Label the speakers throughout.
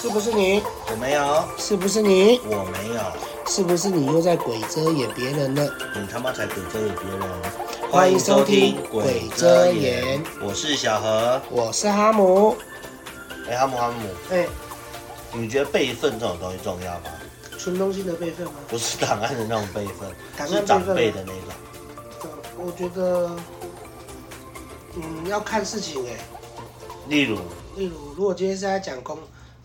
Speaker 1: 是不是你？
Speaker 2: 我没有，
Speaker 1: 是不是你？
Speaker 2: 我没有，
Speaker 1: 是不是你又在鬼遮掩别人了？
Speaker 2: 你他妈才鬼遮眼别人！
Speaker 1: 欢迎收听鬼遮眼，
Speaker 2: 我是小何。
Speaker 1: 我是哈姆。
Speaker 2: 哎、哈姆哈姆，
Speaker 1: 哎、
Speaker 2: 你觉得备份这种东西重要吗？
Speaker 1: 存东西的备份吗？
Speaker 2: 不是档案的那种备份，
Speaker 1: 档案备份
Speaker 2: 是
Speaker 1: 吗
Speaker 2: 长辈的那种。
Speaker 1: 我觉得，嗯，要看事情哎、
Speaker 2: 例如，
Speaker 1: 例如，如果今天是在讲公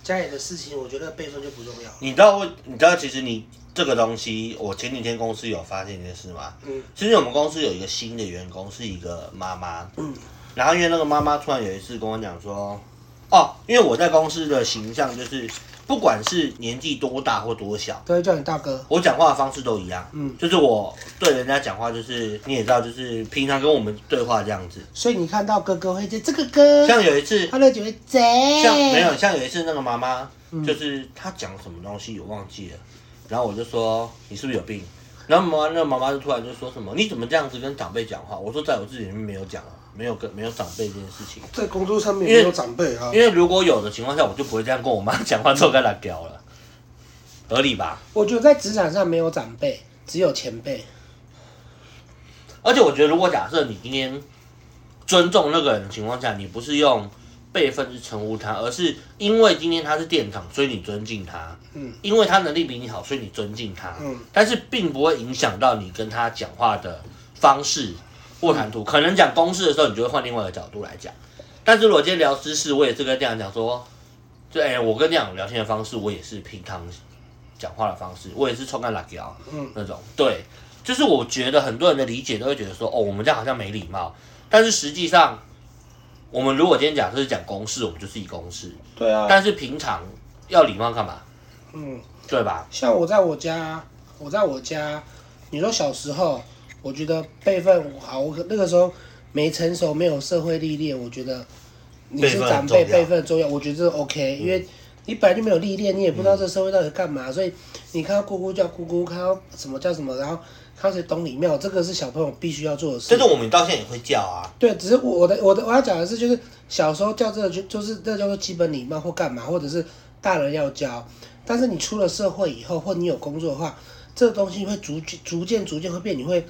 Speaker 1: 家里的事情，我觉得备份就不重要了。
Speaker 2: 你知道我，你知道其实你这个东西，我前几天公司有发现一件事吗？
Speaker 1: 嗯
Speaker 2: 其实我们公司有一个新的员工，是一个妈妈，
Speaker 1: 嗯
Speaker 2: 然后因为那个妈妈突然有一次跟我讲说，哦，因为我在公司的形象就是，不管是年纪多大或多小，
Speaker 1: 都会叫你大哥。
Speaker 2: 我讲话的方式都一样，
Speaker 1: 嗯，
Speaker 2: 就是我对人家讲话就是你也知道，就是平常跟我们对话这样子。
Speaker 1: 所以你看到哥哥会叫这个哥，
Speaker 2: 像有一次，
Speaker 1: 他就觉得贼。
Speaker 2: 像没有像有一次那个妈妈，
Speaker 1: 嗯
Speaker 2: 就是她讲什么东西我忘记了，然后我就说你是不是有病？然后妈妈那个妈妈就突然就说什么你怎么这样子跟长辈讲话？我说在我自己里面没有讲啊，没有跟没有长辈这件事情。
Speaker 1: 在工作上面
Speaker 2: 因为
Speaker 1: 没有长辈啊
Speaker 2: 因，为如果有的情况下，我就不会这样跟我妈 讲话，之后跟她屌了，合理吧？
Speaker 1: 我觉得在职场上没有长辈，只有前辈。
Speaker 2: 而且我觉得，如果假设你今天尊重那个人的情况下，你不是用辈分去称呼他，而是因为今天他是店长，所以你尊敬他；
Speaker 1: 嗯
Speaker 2: 因为他能力比你好，所以你尊敬他。
Speaker 1: 嗯
Speaker 2: 但是并不会影响到你跟他讲话的方式或谈吐。可能讲公事的时候，你就会换另外一个角度来讲。但是如果今天聊知识，我也是跟店长讲说，对、哎我跟店长聊天的方式，我也是平常讲话的方式，我也是冲干拉条。
Speaker 1: 嗯，
Speaker 2: 那种。对，就是我觉得很多人的理解都会觉得说，哦，我们这样好像没礼貌，但是实际上，我们如果今天假设是讲公事，我们就是以公事，
Speaker 1: 对啊。
Speaker 2: 但是平常要礼貌干嘛？
Speaker 1: 嗯，
Speaker 2: 对吧？
Speaker 1: 像我在我家，我在我家，你说小时候，我觉得辈分好，我可那个时候没成熟，没有社会历练，我觉得你是
Speaker 2: 辈分
Speaker 1: 长辈，
Speaker 2: 很重要嗯
Speaker 1: 辈分很重要，我觉得这个 OK，、因为你本来就没有历练，你也不知道这社会到底干嘛，所以你看到姑姑叫姑姑，看到什么叫什么，然后看到谁懂礼貌，这个是小朋友必须要做的事
Speaker 2: 这。种我们到现在也会叫啊，
Speaker 1: 对，只是我的我的我要讲的是，就是小时候教这个就就是这叫做基本礼貌或干嘛，或者是大人要教。但是你出了社会以后，或你有工作的话，这个东西会逐渐逐渐逐渐会变，你会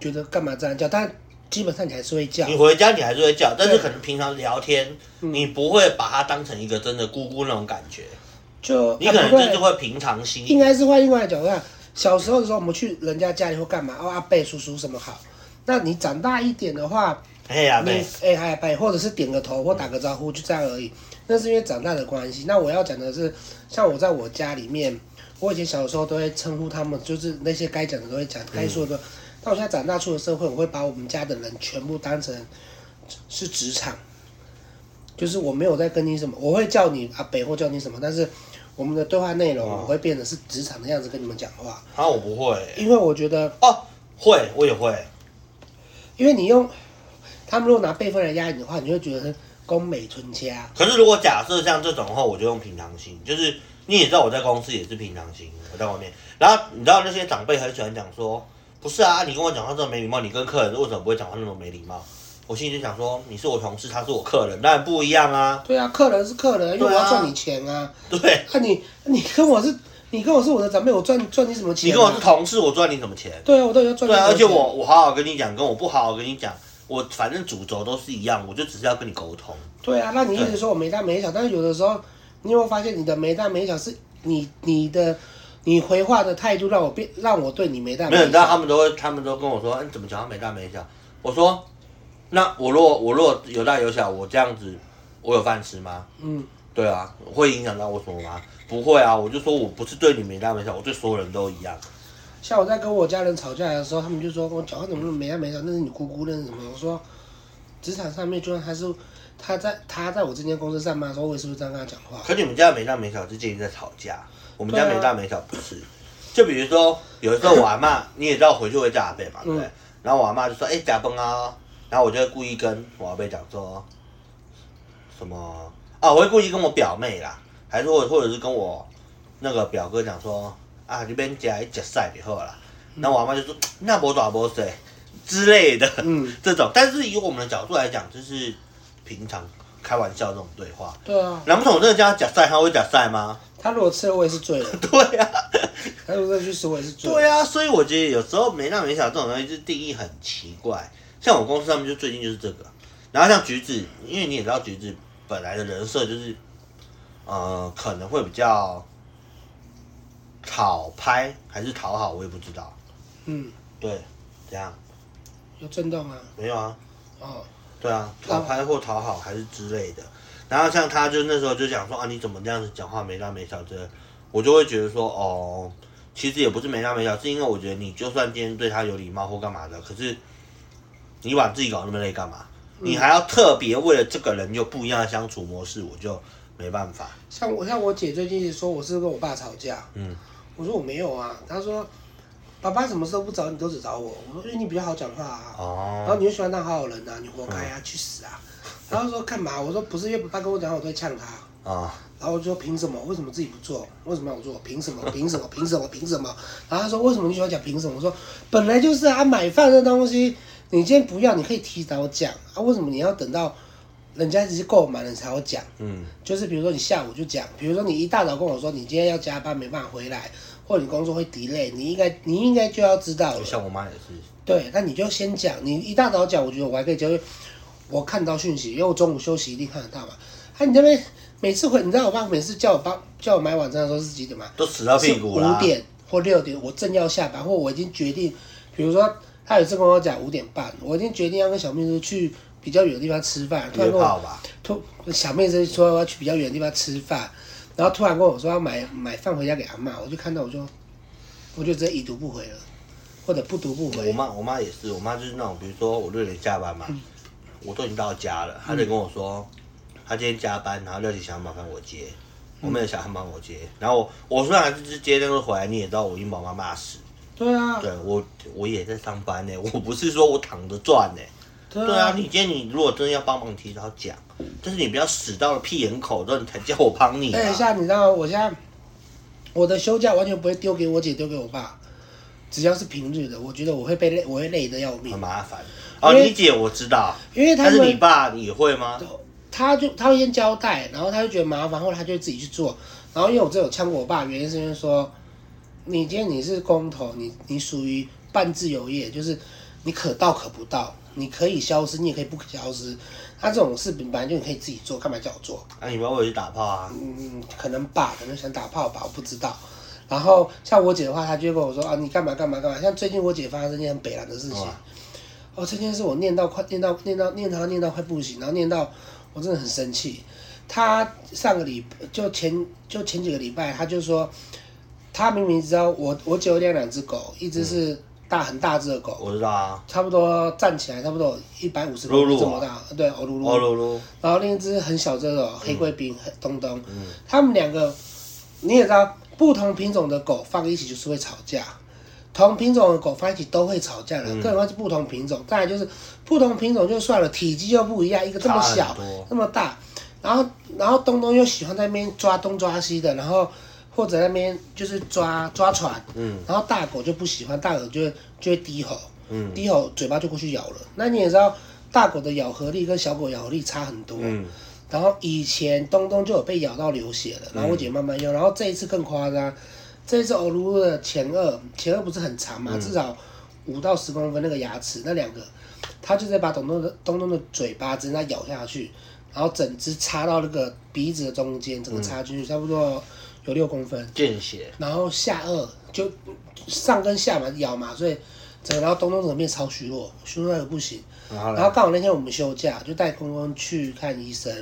Speaker 1: 觉得干嘛这样叫？但基本上你还是会叫
Speaker 2: 你。回家你还是会叫，但是
Speaker 1: 对嗯
Speaker 2: 可能平常聊天，你不会把它当成一个真的姑姑那种感觉，
Speaker 1: 就
Speaker 2: 你可能
Speaker 1: 啊不
Speaker 2: 就是
Speaker 1: 会，
Speaker 2: 会平常心一
Speaker 1: 应
Speaker 2: 点。
Speaker 1: 该是换另外一种讲。小时候的时候，我们去人家家里或干嘛，哦阿贝叔叔什么好。那你长大一点的话，
Speaker 2: 哎呀，
Speaker 1: 你
Speaker 2: 对，
Speaker 1: 哎嗨拜，或者是点个头或打个招呼，就这样而已。那是因为长大的关系。那我要讲的是，像我在我家里面，我以前小的时候都会称呼他们，就是那些该讲的都会讲，该说
Speaker 2: 嗯
Speaker 1: 的。但我现在长大出了社会，我会把我们家的人全部当成是职场，就是我没有在跟你什么，我会叫你阿北或叫你什么，但是我们的对话内容
Speaker 2: 哦
Speaker 1: 我会变得是职场的样子跟你们讲话，
Speaker 2: 啊，我不会，
Speaker 1: 因为我觉得，
Speaker 2: 哦，会，我也会，
Speaker 1: 因为你用他们如果拿辈分来压你的话，你会觉得宫美存家。
Speaker 2: 可是如果假设像这种的话，我就用平常心，就是你也知道我在公司也是平常心，我在外面，然后你知道那些长辈很喜欢讲说，不是啊，你跟我讲话这么没礼貌，你跟客人为什么不会讲话那么没礼貌？我心里就想说，你是我同事，他是我客人，当然不一样啊，
Speaker 1: 对啊，客人是客人，因为我
Speaker 2: 对啊
Speaker 1: 要赚你钱啊。
Speaker 2: 对。
Speaker 1: 那、你你跟我是，你跟我是我的长辈，我赚赚你什么钱、
Speaker 2: 你
Speaker 1: 啊？
Speaker 2: 跟我是同事，我赚你什么钱？
Speaker 1: 对啊，我都要赚你什
Speaker 2: 对
Speaker 1: 么
Speaker 2: 啊，而
Speaker 1: 钱。
Speaker 2: 且我我好好跟你讲，跟我不好好跟你讲，我反正主轴都是一样，我就只是要跟你沟通。
Speaker 1: 对啊，那你一直说我没大没小，但是有的时候你有没有发现你的没大没小是你你的你回话的态度让我变让我对你没大
Speaker 2: 没有，你
Speaker 1: 没
Speaker 2: 知道他
Speaker 1: 小。
Speaker 2: 们都会，他们都跟我说，哎你怎么讲话没大没小？我说，那我如果我如果有大有小，我这样子，我有饭吃吗？
Speaker 1: 嗯，
Speaker 2: 对啊，会影响到我什么吗？不会啊，我就说我不是对你没大没小，我对所有人都一样。
Speaker 1: 像我在跟我家人吵架的时候，他们就说我讲话怎么那么没大没小，那是你姑姑，那是什么？我说职场上面就算他是他在他在我这间公司上班的时候，我也是不是这样跟他讲话？
Speaker 2: 可你们家没大没小是建立在吵架，我们家
Speaker 1: 对啊
Speaker 2: 没大没小不是。就比如说，有的时候我阿 妈，你也知道我回去会叫阿贝嘛，对不对？
Speaker 1: 嗯
Speaker 2: 然后我阿妈就说：“哎、假崩啊！”然后我就会故意跟我阿贝讲说，什么啊？我会故意跟我表妹啦，还是或者或者是跟我那个表哥讲说：“啊，这边夹一夹晒以后啦。”然后我阿妈就说：“那不打不水之类的。”
Speaker 1: 嗯，
Speaker 2: 这种，但是以我们的角度来讲，就是平常开玩笑这种对话。
Speaker 1: 对啊，
Speaker 2: 难不成我真的叫他假赛，他会假赛吗？
Speaker 1: 他如果吃了我也是醉了，
Speaker 2: 对呀、啊，
Speaker 1: 他如果再去死我也是醉了。
Speaker 2: 对呀、啊，所以我觉得有时候没大没小这种东西，就是定义很奇怪。像我公司他们就最近就是这个，然后像橘子，因为你也知道橘子本来的人设就是，呃，可能会比较讨拍还是讨好，我也不知道。
Speaker 1: 嗯，
Speaker 2: 对，怎样？
Speaker 1: 有震动啊，
Speaker 2: 没有啊，
Speaker 1: 哦，
Speaker 2: 对啊，讨拍或讨好还是之类的。然后像他就那时候就讲说啊，你怎么这样子讲话没大没小的，我就会觉得说哦，其实也不是没大没小，是因为我觉得你就算今天对他有礼貌或干嘛的，可是你把自己搞那么累干嘛？你还要特别为了这个人有不一样的相处模式，我就没办法。
Speaker 1: 像我像我姐最近说我是不是跟我爸吵架，
Speaker 2: 嗯，
Speaker 1: 我说我没有啊，她说爸爸什么事都不找你，都只找我，我说因为你比较好讲话啊，然后
Speaker 2: 哦，
Speaker 1: 你又喜欢当好好人啊，你活该啊，去死啊！然后说干嘛？我说不是，因为爸爸跟我讲话，我都会呛他。
Speaker 2: 哦，
Speaker 1: 然后我就说凭什么？为什么自己不做？为什么要我做？凭什么？凭什么？凭什么？凭什么？然后他说为什么你喜欢讲凭什么？我说本来就是啊，买饭这东西你今天不要，你可以提早讲啊，为什么你要等到人家直接购买了你才要讲？
Speaker 2: 嗯，
Speaker 1: 就是比如说你下午就讲，比如说你一大早跟我说你今天要加班没办法回来，或者你工作会 delay，你应该你应该就要知道了
Speaker 2: 就。像我妈也是，
Speaker 1: 对，那你就先讲，你一大早讲，我觉得我还可以接受。我看到讯息，因为我中午休息一定看得到嘛。啊，你这边每次回，你知道我爸每次叫我帮叫我买晚餐的时候是几点吗？
Speaker 2: 都死到屁
Speaker 1: 是
Speaker 2: 股
Speaker 1: 五
Speaker 2: 啦。
Speaker 1: 点或六点，我正要下班，或我已经决定，比如说他有一次跟我讲五点半，我已经决定要跟小秘书去比较远的地方吃饭，突然
Speaker 2: 约
Speaker 1: 跟我
Speaker 2: 炮吧，
Speaker 1: 突小妹子说要去比较远的地方吃饭，然后突然跟我说要买买饭回家给阿妈，我就看到我就我就直接已读不回了，或者不读不回
Speaker 2: 我。妈我妈也是，我妈就是那种，比如说我六点下班
Speaker 1: 嗯
Speaker 2: 嘛，我都已经到家了，她就跟我说，她今天加班，然后六点想要麻烦我接，
Speaker 1: 嗯
Speaker 2: 我没有想要帮我接，然后我我虽然还是去接，但是回来你也知道我已经把我妈骂死，
Speaker 1: 对啊，
Speaker 2: 对我我也在上班呢、 我不是说我躺着赚呢、
Speaker 1: 对
Speaker 2: 对啊，，你今天你如果真的要帮忙，你提早讲，但是你不要死到了屁眼口之后你才叫我帮你、啊。
Speaker 1: 等一下，你知道我现在我的休假完全不会丢给我姐，丢给我爸，只要是平日的，我觉得我会被累，我会累得要
Speaker 2: 很
Speaker 1: 命，
Speaker 2: 麻烦。哦，
Speaker 1: 因为
Speaker 2: 你姐我知道，
Speaker 1: 因为他
Speaker 2: 但是你
Speaker 1: 们
Speaker 2: 爸你会吗？
Speaker 1: 他就他会先交代，然后他就觉得麻烦，后来他就会自己去做。然后因为我这有呛过我爸，原因是因为说，你今天你是工头，你你属于半自由业，就是你可到可不到，你可以消失，你也可以不消失。他这种事本来就你可以自己做，干嘛叫我做？
Speaker 2: 啊，你爸会去打炮啊？
Speaker 1: 嗯，可能吧，可能想打炮吧，我不知道。然后像我姐的话，她就会跟我说啊，你干嘛干嘛干嘛。像最近我姐发生一件很北兰的事情
Speaker 2: 哇，
Speaker 1: 哦，这件事我念到快念到念到念她念到快不行，然后念到我真的很生气。她上个礼就前就前几个礼拜，她就说，她明明知道我我姐有养两只狗，一
Speaker 2: 嗯
Speaker 1: 只是大、很大只的狗，
Speaker 2: 我知道啊，
Speaker 1: 差不多站起来差不多一百五十
Speaker 2: 露
Speaker 1: 公
Speaker 2: 露
Speaker 1: 分
Speaker 2: 啊
Speaker 1: 这么大，对，哦噜噜
Speaker 2: 哦噜噜，
Speaker 1: 然后另一只很小只的哦
Speaker 2: 嗯
Speaker 1: 黑贵宾、黑东东，他们两个你也知道，不同品种的狗放一起就是会吵架，同品种的狗放一起都会吵架了，
Speaker 2: 嗯
Speaker 1: 更何况是不同品种。再来就是不同品种就算了，体积又不一样，一个这么
Speaker 2: 差
Speaker 1: 小
Speaker 2: 很多，
Speaker 1: 那么大，然后然后东东又喜欢在那边抓东抓西的，然后或者在那边就是抓抓船，
Speaker 2: 嗯
Speaker 1: 然后大狗就不喜欢，大狗就会就会低吼，
Speaker 2: 嗯
Speaker 1: 低吼嘴巴就过去咬了。那你也知道，大狗的咬合力跟小狗咬合力差很多。
Speaker 2: 嗯，
Speaker 1: 然后以前东东就有被咬到流血了，然后我姐慢慢用，然后这一次更夸张，这一次欧鲁的前颚，前颚不是很长嘛，至少五到十公分那个牙齿那两个，他就在把东东的东东的嘴巴直接咬下去，然后整只插到那个鼻子的中间，整个插进去，差不多有六公分。
Speaker 2: 见血，
Speaker 1: 然后下颚就上跟下嘛咬嘛，所以整个然后东东整个变超虚弱，虚弱到一个不行。
Speaker 2: 然后
Speaker 1: 然
Speaker 2: 呢？
Speaker 1: 后刚好那天我们休假，就带公公去看医生，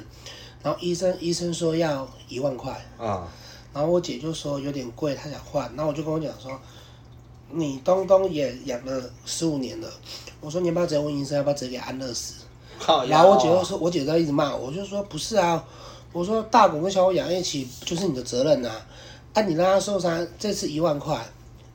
Speaker 1: 然后医生医生说要一万块，
Speaker 2: 啊，
Speaker 1: 然后我姐就说有点贵，她想换，然后我就跟我讲说，你东东也养了十五年了，我说你要不要直接问医生要不要直接给安乐死？
Speaker 2: 靠腰
Speaker 1: 然
Speaker 2: 啊，
Speaker 1: 后我姐就说，我姐在一直骂我，我就说不是啊，我说大狗跟小狗养一起就是你的责任呐、啊，你让它受伤，这次一万块，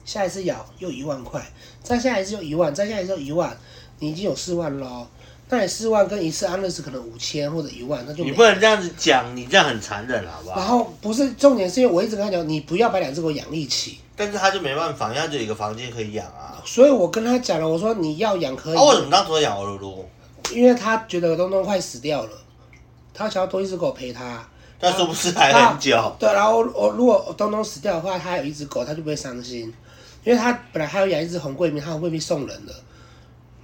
Speaker 1: 下一次咬又一万块，再下一次又一万，再下一次又一万，你已经有四万喽，那你四万跟一次安乐死可能五千或者一万，那就
Speaker 2: 你
Speaker 1: 没。啊
Speaker 2: 不能这样子讲，你这样很残忍，好不
Speaker 1: 然
Speaker 2: 好？
Speaker 1: 后不是重点，是因为我一直跟他讲，你不要把两只狗养一起，
Speaker 2: 但是他就没办法，因为他只有一个房间可以养啊。
Speaker 1: 所以我跟他讲了，我说你要养可以
Speaker 2: 哦啊，，为什么当初要养欧噜噜？
Speaker 1: 因为他觉得东东快死掉了，他想要多一只狗陪他。
Speaker 2: 但殊不知还很久。
Speaker 1: 对，然后我如果东东死掉的话，他有一只狗，他就不会伤心，因为他本来还有养一只红贵宾，他红贵宾送人了。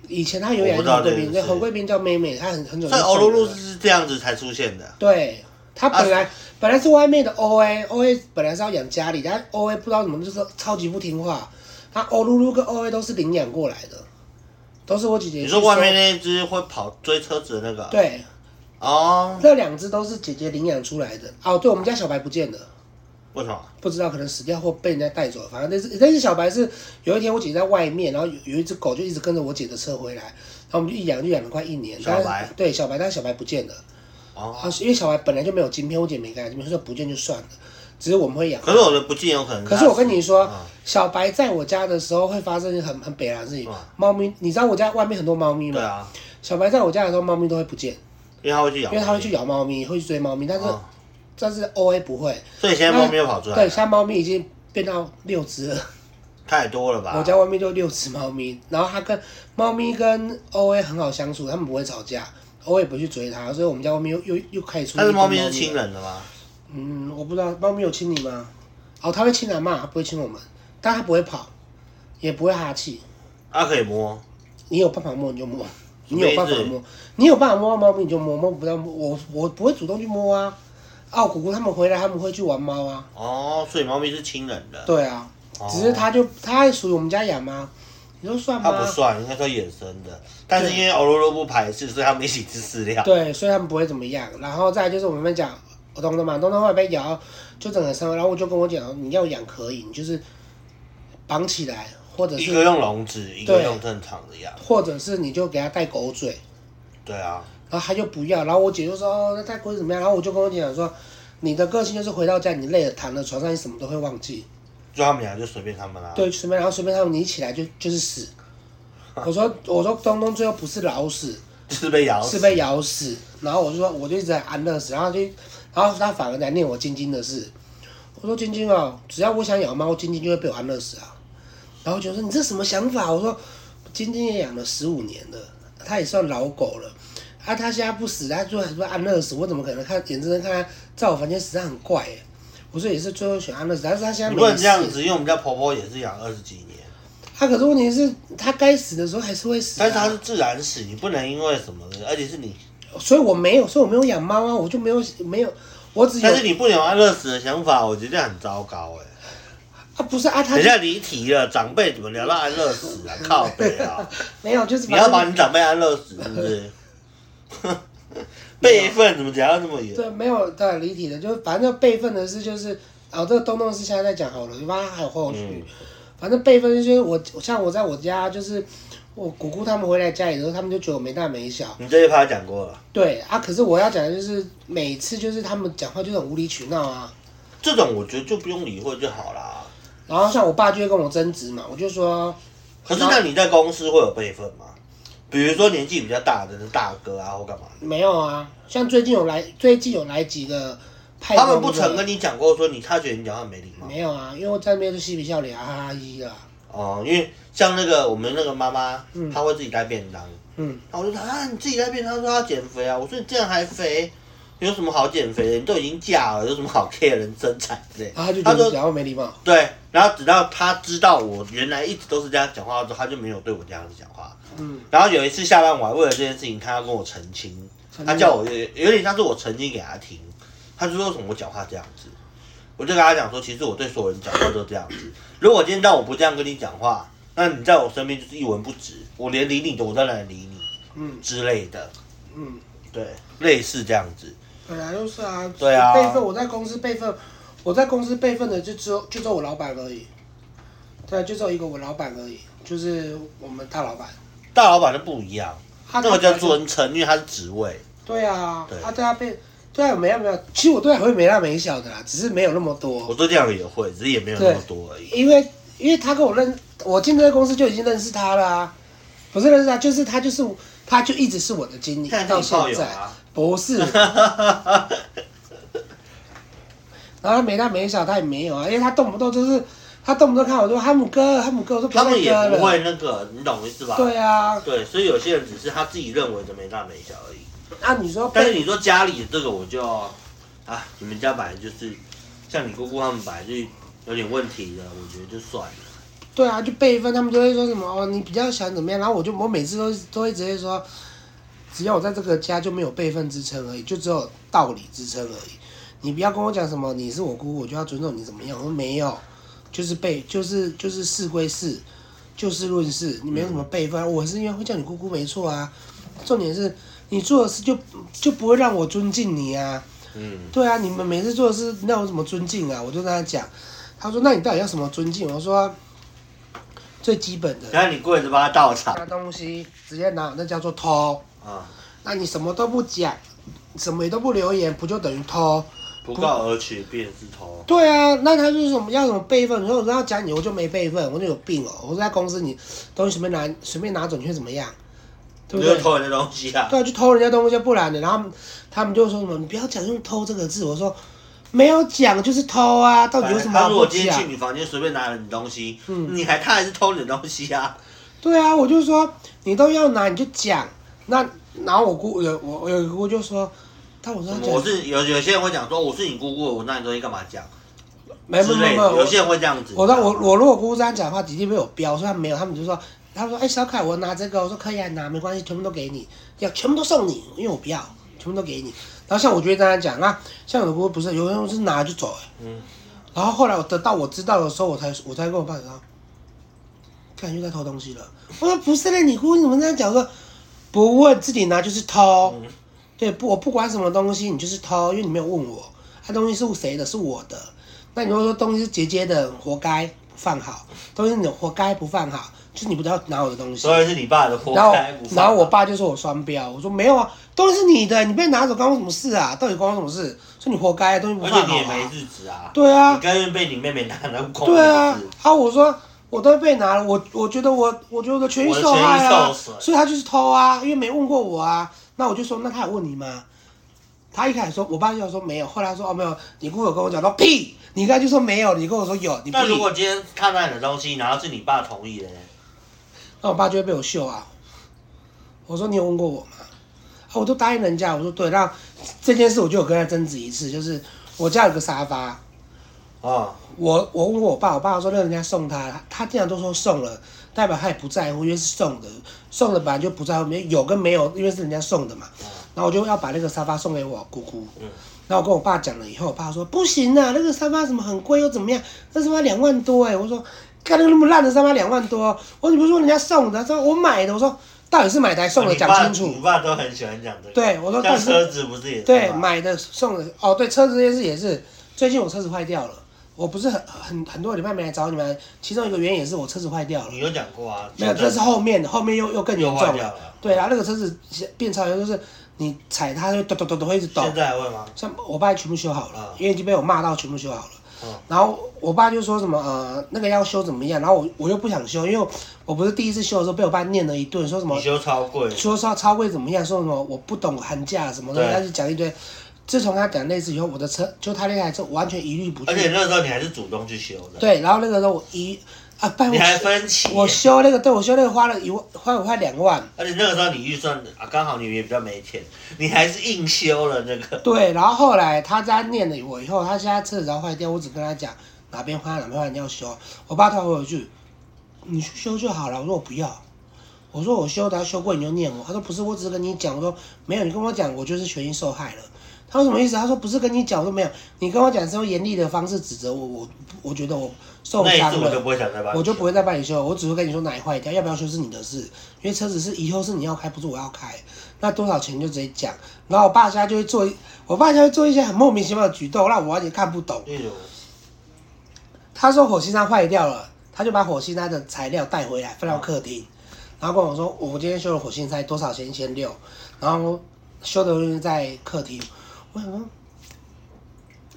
Speaker 1: 以前他有养一只红贵
Speaker 2: 我不知道这
Speaker 1: 宾，那
Speaker 2: 件事
Speaker 1: 红贵宾叫妹妹，他很很久就
Speaker 2: 所以
Speaker 1: 送
Speaker 2: 欧
Speaker 1: 人
Speaker 2: 露露
Speaker 1: 了
Speaker 2: 是啊这样子才出现的。
Speaker 1: 对，他本来、本来是外面的 O A O A，本来是要养家里，但 O A 不知道怎么就是超级不听话。他欧露露跟 O A 都是领养过来的，都是我姐姐。
Speaker 2: 你说外面？那只会跑追车子的那个？
Speaker 1: 对，
Speaker 2: 哦，
Speaker 1: 这两只都是姐姐领养出来的。哦，对，我们家小白不见了。
Speaker 2: 为什么？
Speaker 1: 不知道可能死掉或被人家带走，反正那只那只小白是有一天我姐在外面，然后有有一只狗就一直跟着我姐的车回来，然后我们就一养就养了快一年。
Speaker 2: 小
Speaker 1: 但是
Speaker 2: 白
Speaker 1: 对小白，但是小白不见了，
Speaker 2: 哦，
Speaker 1: 啊，因为小白本来就没有晶片，我姐没给他晶片，所以不见就算了。只是我们会养。
Speaker 2: 可是我的不进有可能。
Speaker 1: 可是我跟你说
Speaker 2: 嗯，
Speaker 1: 小白在我家的时候会发生很很北然的事情
Speaker 2: 嗯。
Speaker 1: 猫咪，你知道我家外面很多猫咪
Speaker 2: 对
Speaker 1: 吗？
Speaker 2: 啊，
Speaker 1: 小白在我家的时候，猫咪都会不见，
Speaker 2: 因为它会去咬，
Speaker 1: 因为它会去。咬猫咪，会去追猫咪。但是
Speaker 2: 哦啊
Speaker 1: 但是 O A 不会，
Speaker 2: 所以现在猫咪又跑出来
Speaker 1: 对，
Speaker 2: 了，
Speaker 1: 现在猫咪已经变到六只了。
Speaker 2: 太多了吧
Speaker 1: 我？家外面就六只猫咪，然后它跟猫咪跟 O A 很好相处，它们不会吵架，O A 不会去追它，所以我们家外面又又又开始出。
Speaker 2: 但是猫咪是亲。人的吗？
Speaker 1: 嗯，我不知道猫咪有亲你吗？哦，它会亲阿妈，它不会亲我们，但它不会跑，也不会哈气。
Speaker 2: 它可以摸，
Speaker 1: 你有办法摸你就摸，你
Speaker 2: 什么意思
Speaker 1: 有办法摸，你有办法摸到猫咪你就摸，摸不到我我不会主动去摸啊。哦，姑姑他们回来他们会去玩猫啊，
Speaker 2: 哦，所以猫咪是亲人的，
Speaker 1: 对啊，
Speaker 2: 哦
Speaker 1: 只是它就它属于我们家养吗？你说算吗？
Speaker 2: 它不算，应该说野生的。但是因为欧露露不排斥，所以它们一起吃饲料。
Speaker 1: 对，所以他们不会怎么样。然后再来就是我们讲我东东嘛，东东后来被咬，就整个伤。然后我就跟我讲，你要养可以，你就是绑起来，或者
Speaker 2: 一个
Speaker 1: 是
Speaker 2: 用笼子，一个用正常的养。
Speaker 1: 或者是你就给他戴狗嘴，
Speaker 2: 对啊，
Speaker 1: 然后他就不要。然后我姐就说，哦，那戴狗嘴怎么样？然后我就跟我姐讲说，你的个性就是回到家你累了躺在床上，你什么都会忘记。
Speaker 2: 就他们俩就随便他们啦。
Speaker 1: 对，随便，然后随便他们，你一起来就就是死。我说我说东东最后不是老死，
Speaker 2: 就是被咬死。
Speaker 1: 是被咬死，然后我就说我就一直在安乐死，然后就，然后他反而来念我晶晶的事，我说晶晶啊，只要我想养猫，晶晶就会被我安乐死啊，然后就说你这什么想法？我说晶晶也养了十五年了，它也算老狗了，啊，它现在不死，它就还说安乐死，我怎么可能看眼睁睁看它在我房间死？它很怪耶、我说也是最后选安乐死，但是它现在
Speaker 2: 你不能
Speaker 1: 没
Speaker 2: 这样
Speaker 1: 死，
Speaker 2: 子，因为我们家婆婆也是养二十几年，
Speaker 1: 它啊可是问题是它该死的时候还是会死、啊，
Speaker 2: 但是它是自然死，你不能因为什么的，而且是你，
Speaker 1: 所以我没有，所以我没有养猫啊，我就没有没有，我只有
Speaker 2: 但是你不能有安乐死的想法，我觉得很糟糕哎、
Speaker 1: 啊，不是啊，他
Speaker 2: 等一下离题了，长辈怎么聊到安乐死啊？靠北啊！
Speaker 1: 没有，就是
Speaker 2: 你要把
Speaker 1: 反正
Speaker 2: 你长辈安乐死是不是？ 辈分怎么讲到这么远？
Speaker 1: 对没有对离题的，就是反正备份的事就是，啊、这个东东是现在在讲好了，你发现还有后续。
Speaker 2: 嗯
Speaker 1: 反正备份就是我，像我在我家就是，我姑姑他们回来家里的时候，他们就觉得我没大没小。
Speaker 2: 你这一趴讲过了，
Speaker 1: 对啊，可是我要讲的就是，每次就是他们讲话就是很无理取闹啊。
Speaker 2: 这种我觉得就不用理会就好啦。
Speaker 1: 然后像我爸就会跟我争执嘛，我就说
Speaker 2: 可是那你在公司会有辈分吗？比如说年纪比较大的大哥啊，或干嘛？
Speaker 1: 没有啊。像最近有来，最近有来几个派
Speaker 2: 他们
Speaker 1: 工
Speaker 2: 不
Speaker 1: 的
Speaker 2: 曾跟你讲过说你他觉得你讲话很没礼貌
Speaker 1: 没有啊，因为我在那边就嬉皮笑脸啊哈哈一的啊，
Speaker 2: 哦，因为像那个我们那个妈妈，
Speaker 1: 嗯
Speaker 2: 她会自己带便当，
Speaker 1: 嗯，
Speaker 2: 然后我就说啊你自己带便当，她说她减肥啊，我说你这样还肥，有什么好减肥的？你都已经嫁了，有什么好 care 人身材之类的？
Speaker 1: 然啊后他就觉
Speaker 2: 她
Speaker 1: 得
Speaker 2: 说
Speaker 1: 讲话没礼貌。
Speaker 2: 对，然后直到她知道我原来一直都是这样讲话之后，她就没有对我这样子讲话。
Speaker 1: 嗯，
Speaker 2: 然后有一次下班，我还为了这件事情，她要跟我澄清，
Speaker 1: 澄清
Speaker 2: 她叫我有有点像是我澄清给她听，她就说为什么我讲话这样子，我就跟她讲说，其实我对所有人讲话都这样子。如果今天让我不这样跟你讲话，那你在我身边就是一文不值，我连理你都我当然理你
Speaker 1: 嗯
Speaker 2: 之类的，
Speaker 1: 嗯，
Speaker 2: 对，类似这样子。
Speaker 1: 本来就是啊。
Speaker 2: 对啊
Speaker 1: 备份我在公司备份，我在公司备份的就只有就只有我老板而已。对，就只有一个我老板而已，就是我们大老板。
Speaker 2: 大老板就不一样，
Speaker 1: 他
Speaker 2: 那个叫。尊称，因为他是职位。
Speaker 1: 对啊
Speaker 2: 对，
Speaker 1: 他对他被对啊没有没有，其实我对他也会没大没小的啦，只是没有那么
Speaker 2: 我
Speaker 1: 多。
Speaker 2: 对这样也会，只是也没有那么多而已。
Speaker 1: 因为因为他跟我认，我进这个公司就已经认识他啦、不是认识他，就是他就是他就一直是我的经理
Speaker 2: 看
Speaker 1: 到
Speaker 2: 你炮
Speaker 1: 现
Speaker 2: 友
Speaker 1: 在。
Speaker 2: 啊，
Speaker 1: 不是。 然后他没大没小，他也没有啊，因为他动不动就是他动不动看我说汉姆哥，汉姆哥，我说
Speaker 2: 他们
Speaker 1: 要
Speaker 2: 也
Speaker 1: 再
Speaker 2: 不
Speaker 1: 哥了。
Speaker 2: 会那个，你懂我意思吧？
Speaker 1: 对啊，
Speaker 2: 对所以有些人只是他自己认为的没大没小而已。
Speaker 1: 啊，你说
Speaker 2: 但是
Speaker 1: 被
Speaker 2: 你说家里这个，我就啊，你们家本来就是像你姑姑他们本来就有点问题的，我觉得就算了。
Speaker 1: 对啊，就辈分，他们就会说什么哦，你比较想怎么样，然后我就我每次都都会直接说，只要我在这个家就没有辈分支撑而已，就只有道理支撑而已。你不要跟我讲什么你是我姑姑，我就要尊重你怎么样，我说没有，就是辈就是就是事归事，就事论事，你没有什么辈分，我是因为会叫你姑姑没错啊。重点是你做的事就就不会让我尊敬你啊。
Speaker 2: 嗯，
Speaker 1: 对啊，你们每次做的事，那我怎么尊敬啊？我就跟他讲，他说那你到底要什么尊敬？我说最基本的，
Speaker 2: 然后你跪着帮他倒茶
Speaker 1: 拿东西直接拿，那叫做偷。
Speaker 2: 啊，
Speaker 1: 那你什么都不讲，什么也都不留言，不就等于偷？
Speaker 2: 不告而取便是偷。
Speaker 1: 对啊，那他就是什么要什么备份？你说我要讲你，我就没备份，我就有病哦、我说在公司你东西随便拿，随便拿走，你会怎么样？对
Speaker 2: 你
Speaker 1: 不对
Speaker 2: 就？偷人家东西啊！
Speaker 1: 对啊，去偷人家东西，不然的。然后他们他们就说什么，你不要讲用“偷”这个字。我说没有讲就是偷啊，到底有什么
Speaker 2: 他
Speaker 1: 好
Speaker 2: 如
Speaker 1: 不
Speaker 2: 果今天
Speaker 1: 讲
Speaker 2: 去？你房间随便拿了你东西，
Speaker 1: 嗯
Speaker 2: 你还他还是偷你的东西啊？
Speaker 1: 对啊，我就说你都要拿你就讲。那然后我姑有我我有一个姑就说，但我说
Speaker 2: 什
Speaker 1: 他
Speaker 2: 么
Speaker 1: 讲
Speaker 2: 我是有有些人会讲说我是你姑姑，我拿你东西干嘛讲
Speaker 1: 没没
Speaker 2: 之类
Speaker 1: 没没
Speaker 2: 的，有
Speaker 1: 我
Speaker 2: 些人会这样子。啊
Speaker 1: 我说我我如果姑姑这样讲的话，的确被我标，虽然没有，他们就说。他说：“哎、小凯，我拿这个。”我说：“可以啊，拿没关系，全部都给你，要全部都送你，因为我不要，全部都给你。”然后像我就会这样讲，那像有的姑姑不是，有的人是拿就走、
Speaker 2: 嗯，
Speaker 1: 然后后来我得到我知道的时候，我才我才跟我爸说，看又在偷东西了。我说不是嘞，你姑姑怎么这样讲？我说不问自己拿就是偷，
Speaker 2: 嗯
Speaker 1: 对不？我不管什么东西，你就是偷，因为你没有问我，那东西是谁的？是我的。那你如果说东西是姐姐的，活该不放好；东西是你的活该不放好，就是你不要拿我的东西。
Speaker 2: 所以是你爸的活
Speaker 1: 然后
Speaker 2: 该不放
Speaker 1: 然
Speaker 2: 啊
Speaker 1: 后我爸就说我双标，我说没有啊，东西是你的，你被拿走关我什么事啊？到底关我什么事？说你活该，东西不
Speaker 2: 而
Speaker 1: 放好、啊。
Speaker 2: 且你也没日子啊。
Speaker 1: 对啊
Speaker 2: 你甘愿被你妹妹拿来控
Speaker 1: 对啊
Speaker 2: 制，
Speaker 1: 啊，我说我都被拿了，我我觉得我我觉得我的权益受害
Speaker 2: 我
Speaker 1: 啊，
Speaker 2: 的权益受损
Speaker 1: 所以他就是偷啊，因为没问过我啊，那我就说那他有问你吗？他一开始说，我爸就说没有，后来他说哦没有，你姑姑有跟我讲说屁，你刚才就说没有，你跟我说有，你屁，
Speaker 2: 那如果今天看到你的东西，然后是你爸同意的呢？
Speaker 1: 那我爸就会被我秀啊。我说你有问过我吗？啊，我都答应人家，我说对，那这件事我就有跟他争执一次，就是我家有个沙发，哦
Speaker 2: 啊，
Speaker 1: 我我问过我爸，我爸说让人家送他，他他竟然都说送了，代表他也不在乎，因为是送的，送的本来就不在乎，没有跟没有，因为是人家送的嘛。然后我就要把那个沙发送给我姑姑，
Speaker 2: 嗯
Speaker 1: 然后我跟我爸讲了以后，我爸说不行啊，那个沙发什么很贵又怎么样，那沙发两万多哎、我说看那个那么烂的沙发两万多，我怎么说人家送的？他说我买的，我说到底是买的还是送的，
Speaker 2: 啊你
Speaker 1: 讲
Speaker 2: 爸
Speaker 1: 清楚
Speaker 2: 你。爸都很喜欢讲这个。
Speaker 1: 对我说但
Speaker 2: 像
Speaker 1: 是
Speaker 2: 车子不是也是
Speaker 1: 对，
Speaker 2: 吗
Speaker 1: 买的送的哦，对，车子这件事也是，最近我车子坏掉了，我不是很很很多礼拜没来找你们，其中一个原因也是我车子坏掉了
Speaker 2: 你，有讲过啊？
Speaker 1: 没有，这是后面的，后面又又更严
Speaker 2: 又
Speaker 1: 重
Speaker 2: 坏掉
Speaker 1: 了
Speaker 2: 了。
Speaker 1: 对，然后那个车子变超油，就是你踩它就抖抖抖抖会一直抖
Speaker 2: 现，在还会吗？
Speaker 1: 像我爸全部修好了，
Speaker 2: 嗯
Speaker 1: 因为已经被我骂到全部修好了。
Speaker 2: 嗯
Speaker 1: 然后我爸就说什么呃那个要修怎么样，然后我我又不想修，因为我不是第一次修的时候被我爸念了一顿，说什么
Speaker 2: 你修超贵，
Speaker 1: 说说超贵怎么样，说什么我不懂寒假什么的，
Speaker 2: 对
Speaker 1: 他就讲一堆。自从他讲那次以后，我的车就他那台车完全一律不
Speaker 2: 而且
Speaker 1: 去。
Speaker 2: 那时候你还是主动去修的，
Speaker 1: 对，然后那个时候我一啊，拜
Speaker 2: 你还
Speaker 1: 我
Speaker 2: 分期，
Speaker 1: 我修那个，对我修那个花了一万，花了快两万。
Speaker 2: 而且那个时候你预算啊，刚好你也比较没钱，你还是硬修了那个。
Speaker 1: 对，然后后来他在念了我以后，他现在车子要坏掉，我只跟他讲哪边坏哪边坏你要修。我爸突然回我一句：“你去修就好了。”我说我不要，我说我修的，他修过你就念我。他说不是，我只是跟你讲。我说没有，你跟我讲，我就是权益受害了。他说什么意思？他说不是跟你讲，我说没有，你跟我讲是用严厉的方式指责我，我我觉得我受
Speaker 2: 那一次
Speaker 1: 伤
Speaker 2: 我就
Speaker 1: 了。
Speaker 2: 不会想再帮你
Speaker 1: 我就不
Speaker 2: 修
Speaker 1: 会再帮你修，我只会跟你说哪里坏掉，要不要修是你的事，因为车子是以后是你要开，不是我要开，那多少钱就直接讲。然后我爸现在就会做，我爸现在会做一些很莫名其妙的举动，让我完全看不懂。
Speaker 2: 例如，
Speaker 1: 他说火星山坏掉了，他就把火星山的材料带回来放到客厅，然后跟我说我今天修了火星山多少钱？一千六，然后修的东西在客厅，我想说，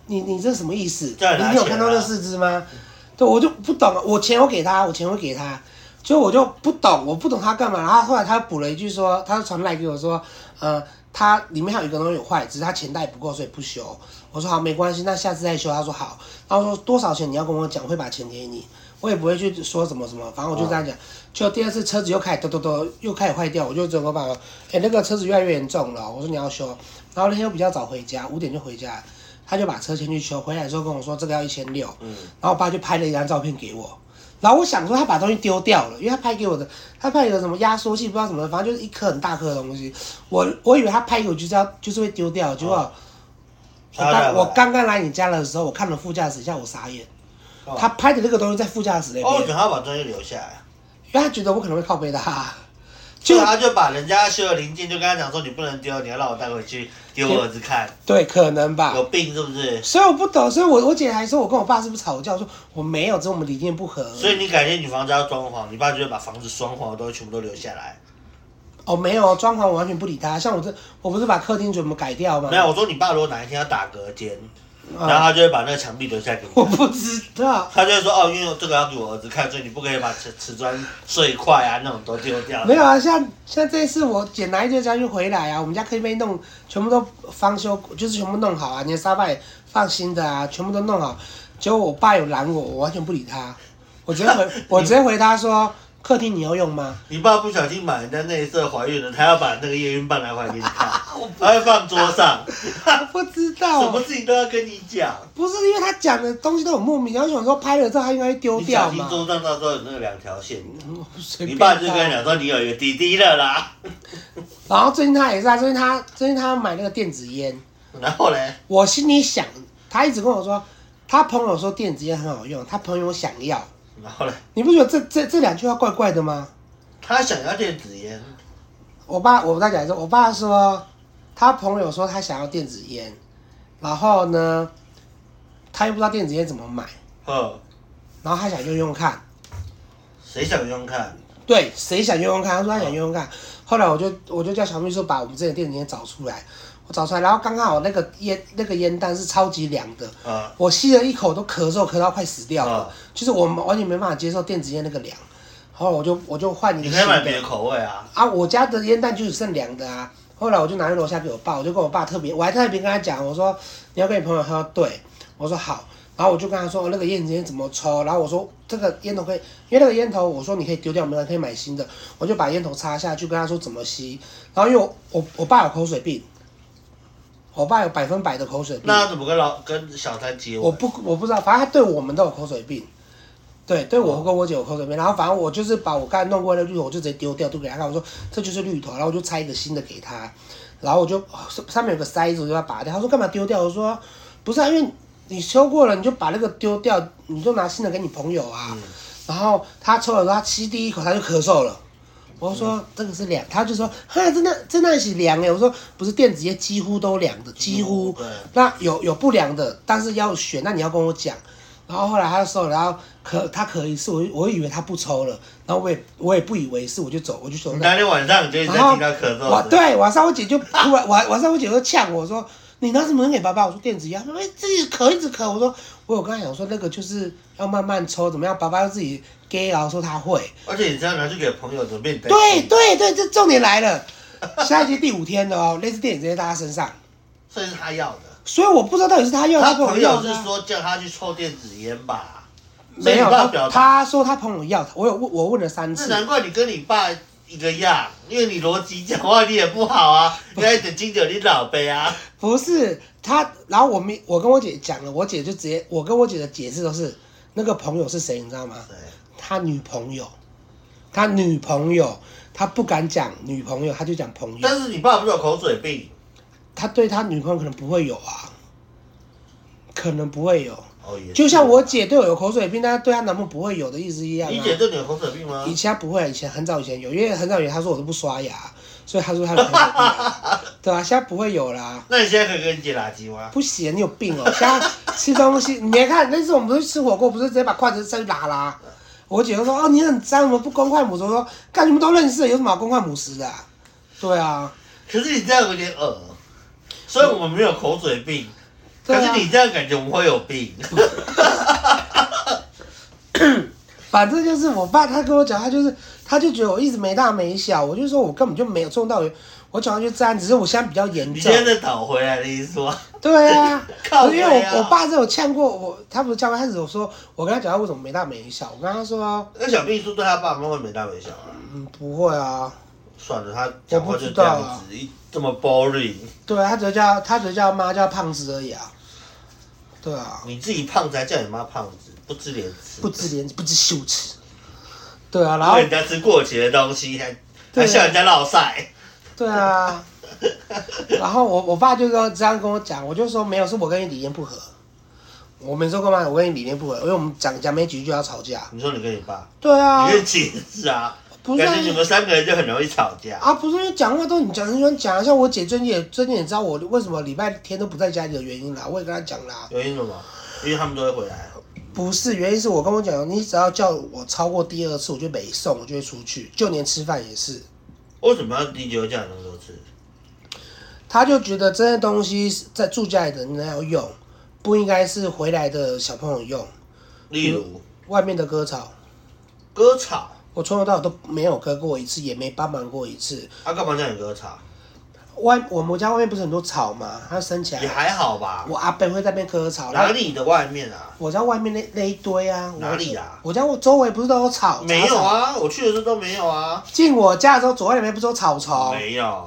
Speaker 1: 你你这什么意思？
Speaker 2: 再拿
Speaker 1: 你有
Speaker 2: 钱
Speaker 1: 看到那
Speaker 2: 啊
Speaker 1: 四只吗？对，我就不懂，我钱我给他，我钱我给他。所以我就不懂，我不懂他干嘛。然后后来他补了一句说，他传来给我说，呃，他里面还有一个东西有坏，只是他钱袋不够，所以不修。我说好，没关系，那下次再修。他说好，然后说多少钱你要跟我讲，我会把钱给你。我也不会去说什么什么，反正我就这样
Speaker 2: 啊
Speaker 1: 讲。就第二次车子又开始抖抖抖，又开始坏掉，我就整个爸爸，哎、那个车子越来越严重了，我说你要修。然后那天又比较早回家，五点就回家，他就把车先去修，回来之后跟我说这个要一千六，
Speaker 2: 嗯
Speaker 1: 然后我爸就拍了一张照片给我。然后我想说他把东西丢掉了，因为他拍给我的，他拍有什么压缩器不知道什么，反正就是一颗很大颗的东西。我我以为他拍给我就是要就是会丢掉，结果、我
Speaker 2: 哦他来
Speaker 1: 刚
Speaker 2: 了
Speaker 1: 我刚刚来你家的时候，我看了副驾驶一下，我傻眼。
Speaker 2: 干嘛
Speaker 1: 他拍的那个东西在副驾驶那
Speaker 2: 哦，我觉
Speaker 1: 边，
Speaker 2: 得他要把东西留下来，
Speaker 1: 因为他觉得我可能会靠 背啊他，
Speaker 2: 就
Speaker 1: 就
Speaker 2: 他就把人家修的零件就跟他讲说，你不能丢，你要让我带回去给我儿子看，
Speaker 1: 对，可能吧。
Speaker 2: 有病是不是？
Speaker 1: 所以我不懂，所以我我姐还说我跟我爸是不是吵架？我说我没有，只是我们理念不合。
Speaker 2: 所以你改天你房子要装潢，你爸就会把房子装潢的东西全部都留下来。
Speaker 1: 哦，没有，装潢我完全不理他。像我这，我不是把客厅全部改掉吗？
Speaker 2: 没有，，我说你爸如果哪一天要打隔间，然后
Speaker 1: 啊、
Speaker 2: 他就会把那个墙壁留下来给
Speaker 1: 我
Speaker 2: 你看。
Speaker 1: 不知道。
Speaker 2: 他就会说哦，因为这个要给我儿子看，所以你不可以把瓷瓷砖碎块啊那种都丢掉。
Speaker 1: 没有啊，像像这次我捡来一堆家具回来啊，我们家客厅被弄全部都翻修，就是全部弄好啊，连沙发也放新的啊，全部都弄好。结果我爸有拦我，我完全不理他，我直接 回我直接回他说：“客厅你要用吗
Speaker 2: 你爸不小心把人家内射怀孕了，他要把那个验孕棒拿回来给你 看，他会放桌上，？”
Speaker 1: 不知
Speaker 2: 什
Speaker 1: 道
Speaker 2: 么，事情都要跟你讲。
Speaker 1: 不是因为他讲的东西都很莫名，然后想说拍了之后他应该会丢
Speaker 2: 你
Speaker 1: 掉
Speaker 2: 小心
Speaker 1: 嘛。
Speaker 2: 桌上到时候有那个两条线，
Speaker 1: 嗯随
Speaker 2: 你
Speaker 1: 便
Speaker 2: 爸
Speaker 1: 他
Speaker 2: 就跟你讲说你有一个弟弟了啦。
Speaker 1: 然后最近他也是啊，最近他最近他买那个电子烟，
Speaker 2: 然后嘞，
Speaker 1: 我心里想，他一直跟我说，他朋友说电子烟很好用，他朋友想要。
Speaker 2: 然后嘞，
Speaker 1: 你不觉得这这这两句话怪怪的吗？
Speaker 2: 他想要电子烟，
Speaker 1: 我爸我在讲说，我爸说他朋友说他想要电子烟，然后呢，他又不知道电子烟怎么买，
Speaker 2: 呵，
Speaker 1: 然后他想用用看。
Speaker 2: 哦谁想用看？
Speaker 1: 对，谁想用用看？他说他想用用看。后来我就我就叫小秘书把我们之前的电子烟找出来，我找出来，然后刚刚好那个烟那个烟弹是超级凉的，
Speaker 2: 啊、
Speaker 1: 我吸了一口都咳嗽，咳到快死掉了，
Speaker 2: 啊
Speaker 1: 就是我完全没办法接受电子烟那个凉。后来我就我就换一个
Speaker 2: 你可以
Speaker 1: 新
Speaker 2: 买别
Speaker 1: 的
Speaker 2: 的口味啊。
Speaker 1: 啊，我家的烟弹就只剩凉的啊。后来我就拿去楼下给我爸，我就跟我爸特别，我还特别跟他讲，我说你要跟你朋友喝，对，我说好。然后我就跟他说、哦那个烟子烟怎么抽，然后我说这个烟头可以，因为那个烟头我说你可以丢掉，没人可以买新的，我就把烟头插下去，跟他说怎么吸。然后因为我我我爸有口水病，我爸有百分百的口水病。
Speaker 2: 那他怎么跟老跟小三接
Speaker 1: 我
Speaker 2: 吻？
Speaker 1: 不我不知道，反正他对我们都有口水病，对，对我跟我姐有口水病。然后反正我就是把我刚才弄过的绿头，我就直接丢掉，丢给他看，我说这就是绿头，然后我就拆一个新的给他，然后我就哦上面有个塞子，我就要拔掉。他说干嘛丢掉？我说不是啊，因为你修过了，你就把那个丢掉，你就拿新的给你朋友啊。然后他抽了之后，他吸第一口他就咳嗽了。我说、这个是凉，他就说哈，真的真的是凉哎。我说不是电子烟几乎都凉的，几乎。
Speaker 2: 对
Speaker 1: 那有有不良的，但是要选，那你要跟我讲。然后后来他就收了，然后可他可一次，我就我以为他不抽了，然后我也我也不以为是，我就走，我就走
Speaker 2: 你
Speaker 1: 那。
Speaker 2: 那天晚上你就一直在
Speaker 1: 然后
Speaker 2: 听他咳嗽
Speaker 1: 我
Speaker 2: 声，
Speaker 1: 对晚上我 姐就突然晚晚上我姐就呛我说：“你拿什么东西给爸爸？”我说：“电子烟。”她说：“哎，自己咳一直咳。”我说：“我有跟他讲说那个就是要慢慢抽，怎么样？爸爸要自己 gay 然后说他会。”
Speaker 2: 而且你这样拿去给朋友，怎么变你在
Speaker 1: 对
Speaker 2: 吸
Speaker 1: 对对，这重点来了， 现在已经第五天了哦，类似电影直接在他身上，
Speaker 2: 所以是他要的。
Speaker 1: 所以我不知道到底是他要
Speaker 2: 他
Speaker 1: 他跟我
Speaker 2: 朋
Speaker 1: 要
Speaker 2: 友
Speaker 1: 的
Speaker 2: 是
Speaker 1: 啊
Speaker 2: 说叫他去抽电子烟吧？所以
Speaker 1: 没有
Speaker 2: 你爸
Speaker 1: 他
Speaker 2: 表达，
Speaker 1: 他说他朋友要，我有问我问了三
Speaker 2: 那
Speaker 1: 次，
Speaker 2: 难怪你跟你爸一个样，因为你逻辑讲话你也不 好啊，你还得敬酒你老杯啊。
Speaker 1: 不是他，然后我没我跟我姐讲了，我姐就直接我跟我姐的解释都是那个朋友是谁，你知道吗？他女朋友，他女朋友，他不敢讲女朋友，他就讲朋友，
Speaker 2: 但是你爸不是有口水病？
Speaker 1: 他对他女朋友可能不会有啊，可能不会有。
Speaker 2: 哦，也是
Speaker 1: 就像我，姐对我有口水病，但她对她男朋友不会有的意思一样、啊。
Speaker 2: 你姐对你有口水病吗
Speaker 1: 以？前她不会，以前很早以前有，因为很早以前她说我都不刷牙，所以她说她有口水病啊，对啊，现在不会有啦。
Speaker 2: 那你现在可以跟你姐垃圾吗？
Speaker 1: 不行，你有病哦！现在吃东西， 你别看那次我们不是吃火锅，不是直接把筷子上去拉啦。我姐就说：“哦，你很脏，我们不公筷母匙。”我说：“干，你们都认识，有什么好公筷母匙的啊、对啊，
Speaker 2: 可是你这样有点恶，所以我们没有口水病。
Speaker 1: 对
Speaker 2: 可
Speaker 1: 啊
Speaker 2: 是你这样感觉我们会有病，
Speaker 1: 反反正就是我爸他跟我讲，他就是他就觉得我一直没大没小，我就说我根本就没有中到，我脚上就沾，只是我现在比较严
Speaker 2: 你
Speaker 1: 重
Speaker 2: 现。在在倒回来的意思吗？
Speaker 1: 对啊，
Speaker 2: 靠
Speaker 1: 可是因为
Speaker 2: 背啊
Speaker 1: 我我爸是有呛过我，他不是呛过，他只有说，我跟他讲他为什么没大没小，我跟他说，
Speaker 2: 那小秘书对他爸妈会没大没小啊？
Speaker 1: 嗯，不会啊，
Speaker 2: 算了，他讲
Speaker 1: 我
Speaker 2: 话就
Speaker 1: 不知
Speaker 2: 这
Speaker 1: 道
Speaker 2: 样
Speaker 1: 啊
Speaker 2: 子，一这么 boring。
Speaker 1: 对啊，他只是叫他只是叫妈叫胖子而已啊，对啊，
Speaker 2: 你自己胖子还叫你妈胖子，不知廉耻。
Speaker 1: 不知廉不知羞耻，对啊，然后
Speaker 2: 喂人家吃过期的东西，还
Speaker 1: 对
Speaker 2: 还笑人家落晒。
Speaker 1: 对啊，然后我我爸就跟这样跟我讲，我就说没有，是我跟你理念不合。我没说过吗？我跟你理念不合，因为我们讲讲没几句就要吵架。
Speaker 2: 你说你跟你爸，
Speaker 1: 对啊
Speaker 2: 你，是寝室啊，
Speaker 1: 不是
Speaker 2: 感
Speaker 1: 啊
Speaker 2: 觉你们三个人就很容易吵架。
Speaker 1: 啊，不是因为讲话都你讲，很喜欢讲。像我姐最近也最近也知道我为什么礼拜天都不在家里的原因啦，我也跟她讲啦。
Speaker 2: 原因什么？因为他们都会回来。
Speaker 1: 不是，原因是我跟我讲，你只要叫我超过第二次，我就没送，我就会出去，就连吃饭也是。
Speaker 2: 为什么要你姐会叫你那么多次？
Speaker 1: 他就觉得这些东西是在住家里的人要用，不应该是回来的小朋友用。
Speaker 2: 例如
Speaker 1: 外面的割草，
Speaker 2: 割草，
Speaker 1: 我从头到尾都没有割过一次，也没帮忙过一次。
Speaker 2: 他啊干嘛叫你割草？
Speaker 1: 外我们家外面不是很多草嘛，它生起
Speaker 2: 也
Speaker 1: 来，
Speaker 2: 还好吧。
Speaker 1: 我阿伯会在那边割草。然
Speaker 2: 哪
Speaker 1: 后
Speaker 2: 里的外面啊？
Speaker 1: 我家外面那那一堆啊，我
Speaker 2: 哪里啊？
Speaker 1: 我家我周围不是都有草？
Speaker 2: 没有
Speaker 1: 杂草。
Speaker 2: 啊，我去的时候都没有啊。
Speaker 1: 进我家的时候，左外面不是有草丛？
Speaker 2: 没有，啊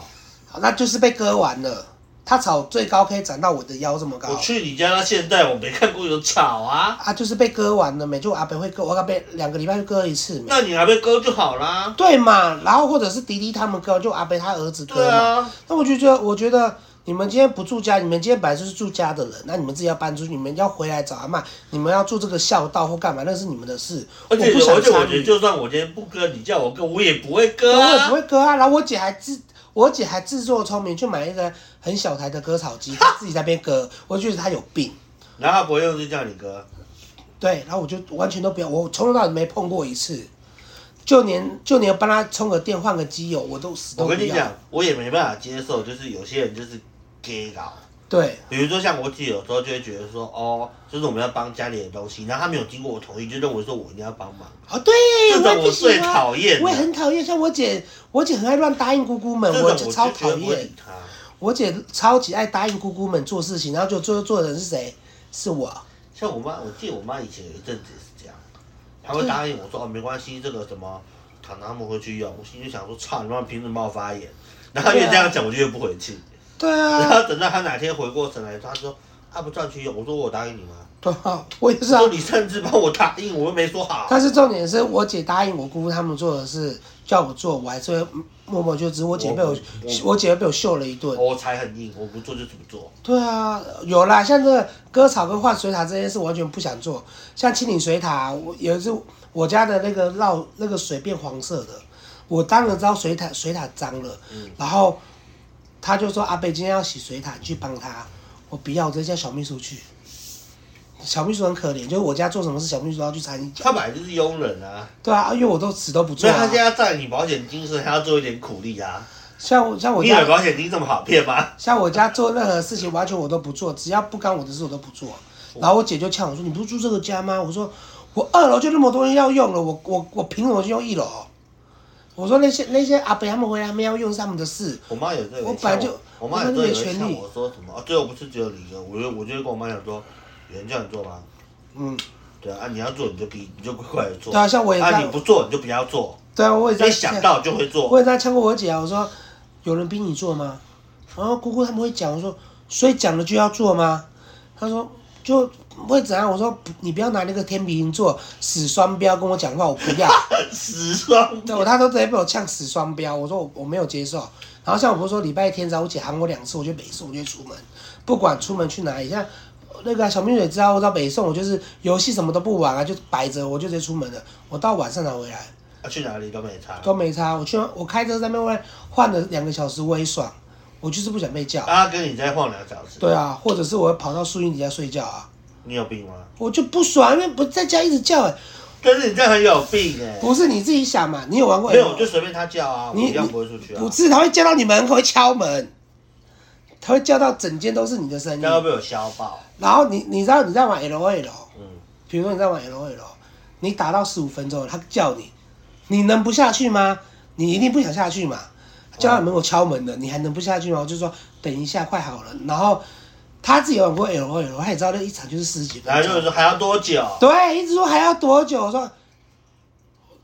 Speaker 1: 好那就是被割完了。它草啊最高可以长到我的腰这么高
Speaker 2: 我。去你家到现在我没看过有草啊。
Speaker 1: 啊，就是被割完了，每就我阿伯会割，我阿伯两个礼拜就割一次嘛。
Speaker 2: 那你还没割就好啦。
Speaker 1: 对嘛，然后或者是迪迪他们割，就阿伯他儿子割
Speaker 2: 对
Speaker 1: 嘛。
Speaker 2: 啊，
Speaker 1: 那我就觉得，我觉得你们今天不住家，你们今天本来就是住家的人，那你们自己要搬出去，你们要回来找阿妈，你们要做这个孝道或干嘛，那是你们的事。
Speaker 2: 而且
Speaker 1: 我不
Speaker 2: 而
Speaker 1: 想
Speaker 2: 且我
Speaker 1: 参
Speaker 2: 觉得，
Speaker 1: 与，
Speaker 2: 就算我今天不割，你叫我割，我也不会
Speaker 1: 对
Speaker 2: 割
Speaker 1: 我也
Speaker 2: 啊
Speaker 1: 不。会割啊。然后我姐还自我姐还自作聪明去买一个很小台的割草机，她自己在那边 割，我就觉得她有病。
Speaker 2: 然后他不会用力叫你割，
Speaker 1: 对，然后我就完全都不要，我从头到尾没碰过一次，就连就连帮她充个电、换个机油，我都死都
Speaker 2: 我
Speaker 1: 不
Speaker 2: 跟你
Speaker 1: 要。
Speaker 2: 讲，我也没办法接受，就是有些人就是 gay 搞。
Speaker 1: 对
Speaker 2: 比如说像我姐有时候就会觉得说，哦，就是我们要帮家里的东西，然后她没有经过我同意，就认为说我一定要帮忙，
Speaker 1: 啊，对，我
Speaker 2: 这
Speaker 1: 也
Speaker 2: 种
Speaker 1: 不
Speaker 2: 我最
Speaker 1: 喜欢
Speaker 2: 讨厌的
Speaker 1: 我也很讨厌，像我姐，我姐很爱乱答应姑姑们
Speaker 2: 这，种
Speaker 1: 我
Speaker 2: 我
Speaker 1: 就
Speaker 2: 就
Speaker 1: 超
Speaker 2: 觉
Speaker 1: 讨
Speaker 2: 得不会
Speaker 1: 厌
Speaker 2: 理。他。
Speaker 1: 我姐超级爱答应姑姑们做事情，然后就最后做的人是谁？是我。
Speaker 2: 像我妈，我记得我妈以前有一阵子也是这样，她会答应我说哦没关系，这个什么糖糖他们会去用，我心里就想说操你妈凭什么帮我发言？然后越这样讲我就越不回去，
Speaker 1: 对
Speaker 2: 然
Speaker 1: 啊，
Speaker 2: 后等到她哪天回过神来，她说啊不照去用，我说我答应你吗？
Speaker 1: 对啊，我也是
Speaker 2: 她
Speaker 1: 啊
Speaker 2: 说。你甚至帮我答应，我又没说好。
Speaker 1: 但是重点是我姐答应我姑姑他们做的事，叫我做，我还是会默默就知。我姐被我
Speaker 2: 我，
Speaker 1: 我姐被我秀了一顿。
Speaker 2: 我才很硬，我不做就是不做。
Speaker 1: 对啊，有啦，像这个割草跟换水塔这件事，我完全不想做。像清理水塔，我有一次我家的那个绕那个水变黄色的，我当然知道水塔水塔脏了，
Speaker 2: 嗯
Speaker 1: 然后他就说阿贝今天要洗水塔，你去帮他。我不要，我直接叫小秘书去。小秘书很可怜，就是我家做什么事，小秘书都要去参与讲。
Speaker 2: 她本来就是佣人啊，
Speaker 1: 对啊，因为我都死都不
Speaker 2: 所
Speaker 1: 做、
Speaker 2: 以
Speaker 1: 啊。
Speaker 2: 她现在占你保险金，所以她要做一点苦力啊。
Speaker 1: 像我像我
Speaker 2: 你以为
Speaker 1: 家
Speaker 2: 保险金这么好骗吗？
Speaker 1: 像我家做任何事情，完全我都不做，只要不干我的事我都不做。然后我姐就呛我说：“你不是住这个家吗？”我说：“我二楼就那么多人要用了，我我我凭什么去用一楼？”我说那些那些阿伯他们回来，他们要用是他们的事。
Speaker 2: 我妈有时候也
Speaker 1: 我
Speaker 2: 会
Speaker 1: 本来
Speaker 2: 呛
Speaker 1: 就
Speaker 2: 我妈
Speaker 1: 我
Speaker 2: 有时
Speaker 1: 本
Speaker 2: 候
Speaker 1: 来
Speaker 2: 也
Speaker 1: 就没
Speaker 2: 会
Speaker 1: 权
Speaker 2: 呛
Speaker 1: 利
Speaker 2: 我说什么，啊最后不是只有你一个，我就我就会跟我妈讲说，有人叫你做吗？
Speaker 1: 嗯，
Speaker 2: 对啊，啊你要做你就逼，你就乖乖的做。
Speaker 1: 对啊像我也
Speaker 2: 啊，
Speaker 1: 干
Speaker 2: 你不做你就不要做，
Speaker 1: 对啊，我也在
Speaker 2: 一想到就会做。
Speaker 1: 我也在呛过我姐啊。我说：“有人逼你做吗？”然后姑姑他们会讲，我说：“所以讲了就要做吗？”她说：“就会怎样？”我说不：“你不要拿那个天秤座死双标跟我讲话，我不要。”
Speaker 2: 死双
Speaker 1: 对，我他都直接被我呛死双标，我说我我没有接受。然后像我不是说礼拜天早上我姐喊我两次，我就每次我就会出门，不管出门去哪里，像那个啊小明也知道，我到北宋我就是游戏什么都不玩啊，就摆着我就直接出门了。我到晚上才回来，
Speaker 2: 啊去哪里都没差。
Speaker 1: 都没差。我去我开车在那边换换了两个小时，我也爽。我就是不想被叫。
Speaker 2: 啊，跟你再晃两小时，
Speaker 1: 对啊，或者是我会跑到树荫底下睡觉啊，
Speaker 2: 你有病吗？
Speaker 1: 我就不爽，因为不在家一直叫、欸，
Speaker 2: 但是你这样很有病哎。
Speaker 1: 不是你自己想嘛？你有玩过？
Speaker 2: 没有，我就随便他叫啊，我
Speaker 1: 你
Speaker 2: 一样不会出去啊
Speaker 1: 不。是，他会叫到你门口，会敲门，他会叫到整间都是你的声
Speaker 2: 人
Speaker 1: 音
Speaker 2: 家。会被我消爆。
Speaker 1: 然后你你知道你在玩 L O L，
Speaker 2: 嗯，
Speaker 1: 比如说你在玩 L O L，你打到十五分钟了，他叫你，你能不下去吗？你一定不想下去嘛。叫到门口敲门的，你还能不下去吗？我就说等一下，快好了。然后他自己有玩过 L O L，他也知道那一场就是十几分
Speaker 2: 然后
Speaker 1: 钟
Speaker 2: 就是还要多久？
Speaker 1: 对，一直说还要多久？我说，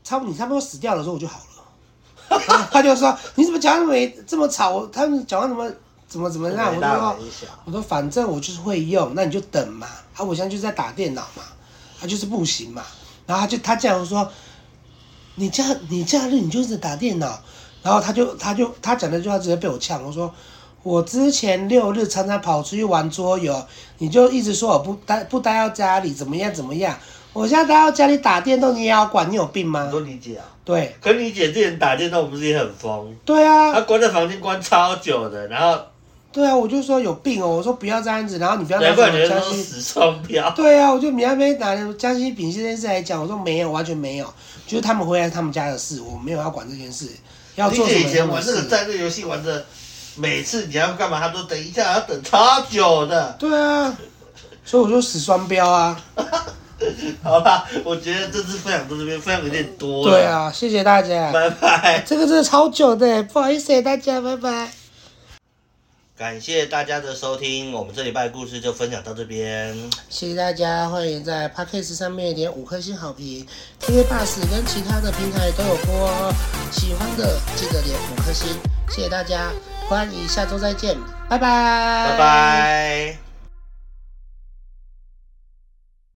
Speaker 1: 差不多你差不多死掉的时候我就好了。然后他就说你怎么讲话那么没这么吵？我他们讲话怎么怎么怎么样？我
Speaker 2: 没
Speaker 1: 就
Speaker 2: 大
Speaker 1: 说
Speaker 2: 没小，
Speaker 1: 我说反正我就是会用，那你就等嘛。啊，我现在就是在打电脑嘛，他、就是不行嘛。然后他就他这样说，你假你假日你就是打电脑，然后他就他就他讲那句话直接被我呛，我说。我之前六日常常跑出去玩桌游，你就一直说我不待不待到家里，怎么样怎么样？我现在待到家里打电动，你也要管，你有病
Speaker 2: 你
Speaker 1: 吗
Speaker 2: 都？理解啊。
Speaker 1: 对
Speaker 2: 可你姐之前打电动不是也很疯？
Speaker 1: 对 啊，
Speaker 2: 她关在房间关超久的，然后
Speaker 1: 对啊，我就说有病哦，我说不要这样子，然后你不要拿
Speaker 2: 难
Speaker 1: 什
Speaker 2: 怪你
Speaker 1: 么
Speaker 2: 会
Speaker 1: 江
Speaker 2: 说
Speaker 1: 西，
Speaker 2: 死双标。
Speaker 1: 对啊，我就你那边拿江西丙这件事来讲，我说没有，完全没有，就是他们回来他们家的事，我没有要管这件事，要
Speaker 2: 你
Speaker 1: 做什
Speaker 2: 姐
Speaker 1: 么
Speaker 2: 以前玩
Speaker 1: 什
Speaker 2: 那
Speaker 1: 么
Speaker 2: 个
Speaker 1: 事
Speaker 2: 战略游戏玩的，每次你要干嘛，她都等一下，要等超久的。
Speaker 1: 对啊，所以我就死双标啊，
Speaker 2: 好吧，我觉得这次分享到这边分享有点多了。
Speaker 1: 对，啊，谢谢大家，
Speaker 2: 拜拜。
Speaker 1: 这个真的超久的，不好意思大家，拜拜。
Speaker 2: 感谢大家的收听，我们这礼拜的故事就分享到这边。
Speaker 1: 谢谢大家，欢迎在 Podcast 上面点五颗星好评，KK Bus 跟其他的平台都有播哦。喜欢的记得点五颗星，谢谢大家，欢迎下周再见，拜拜，
Speaker 2: 拜拜。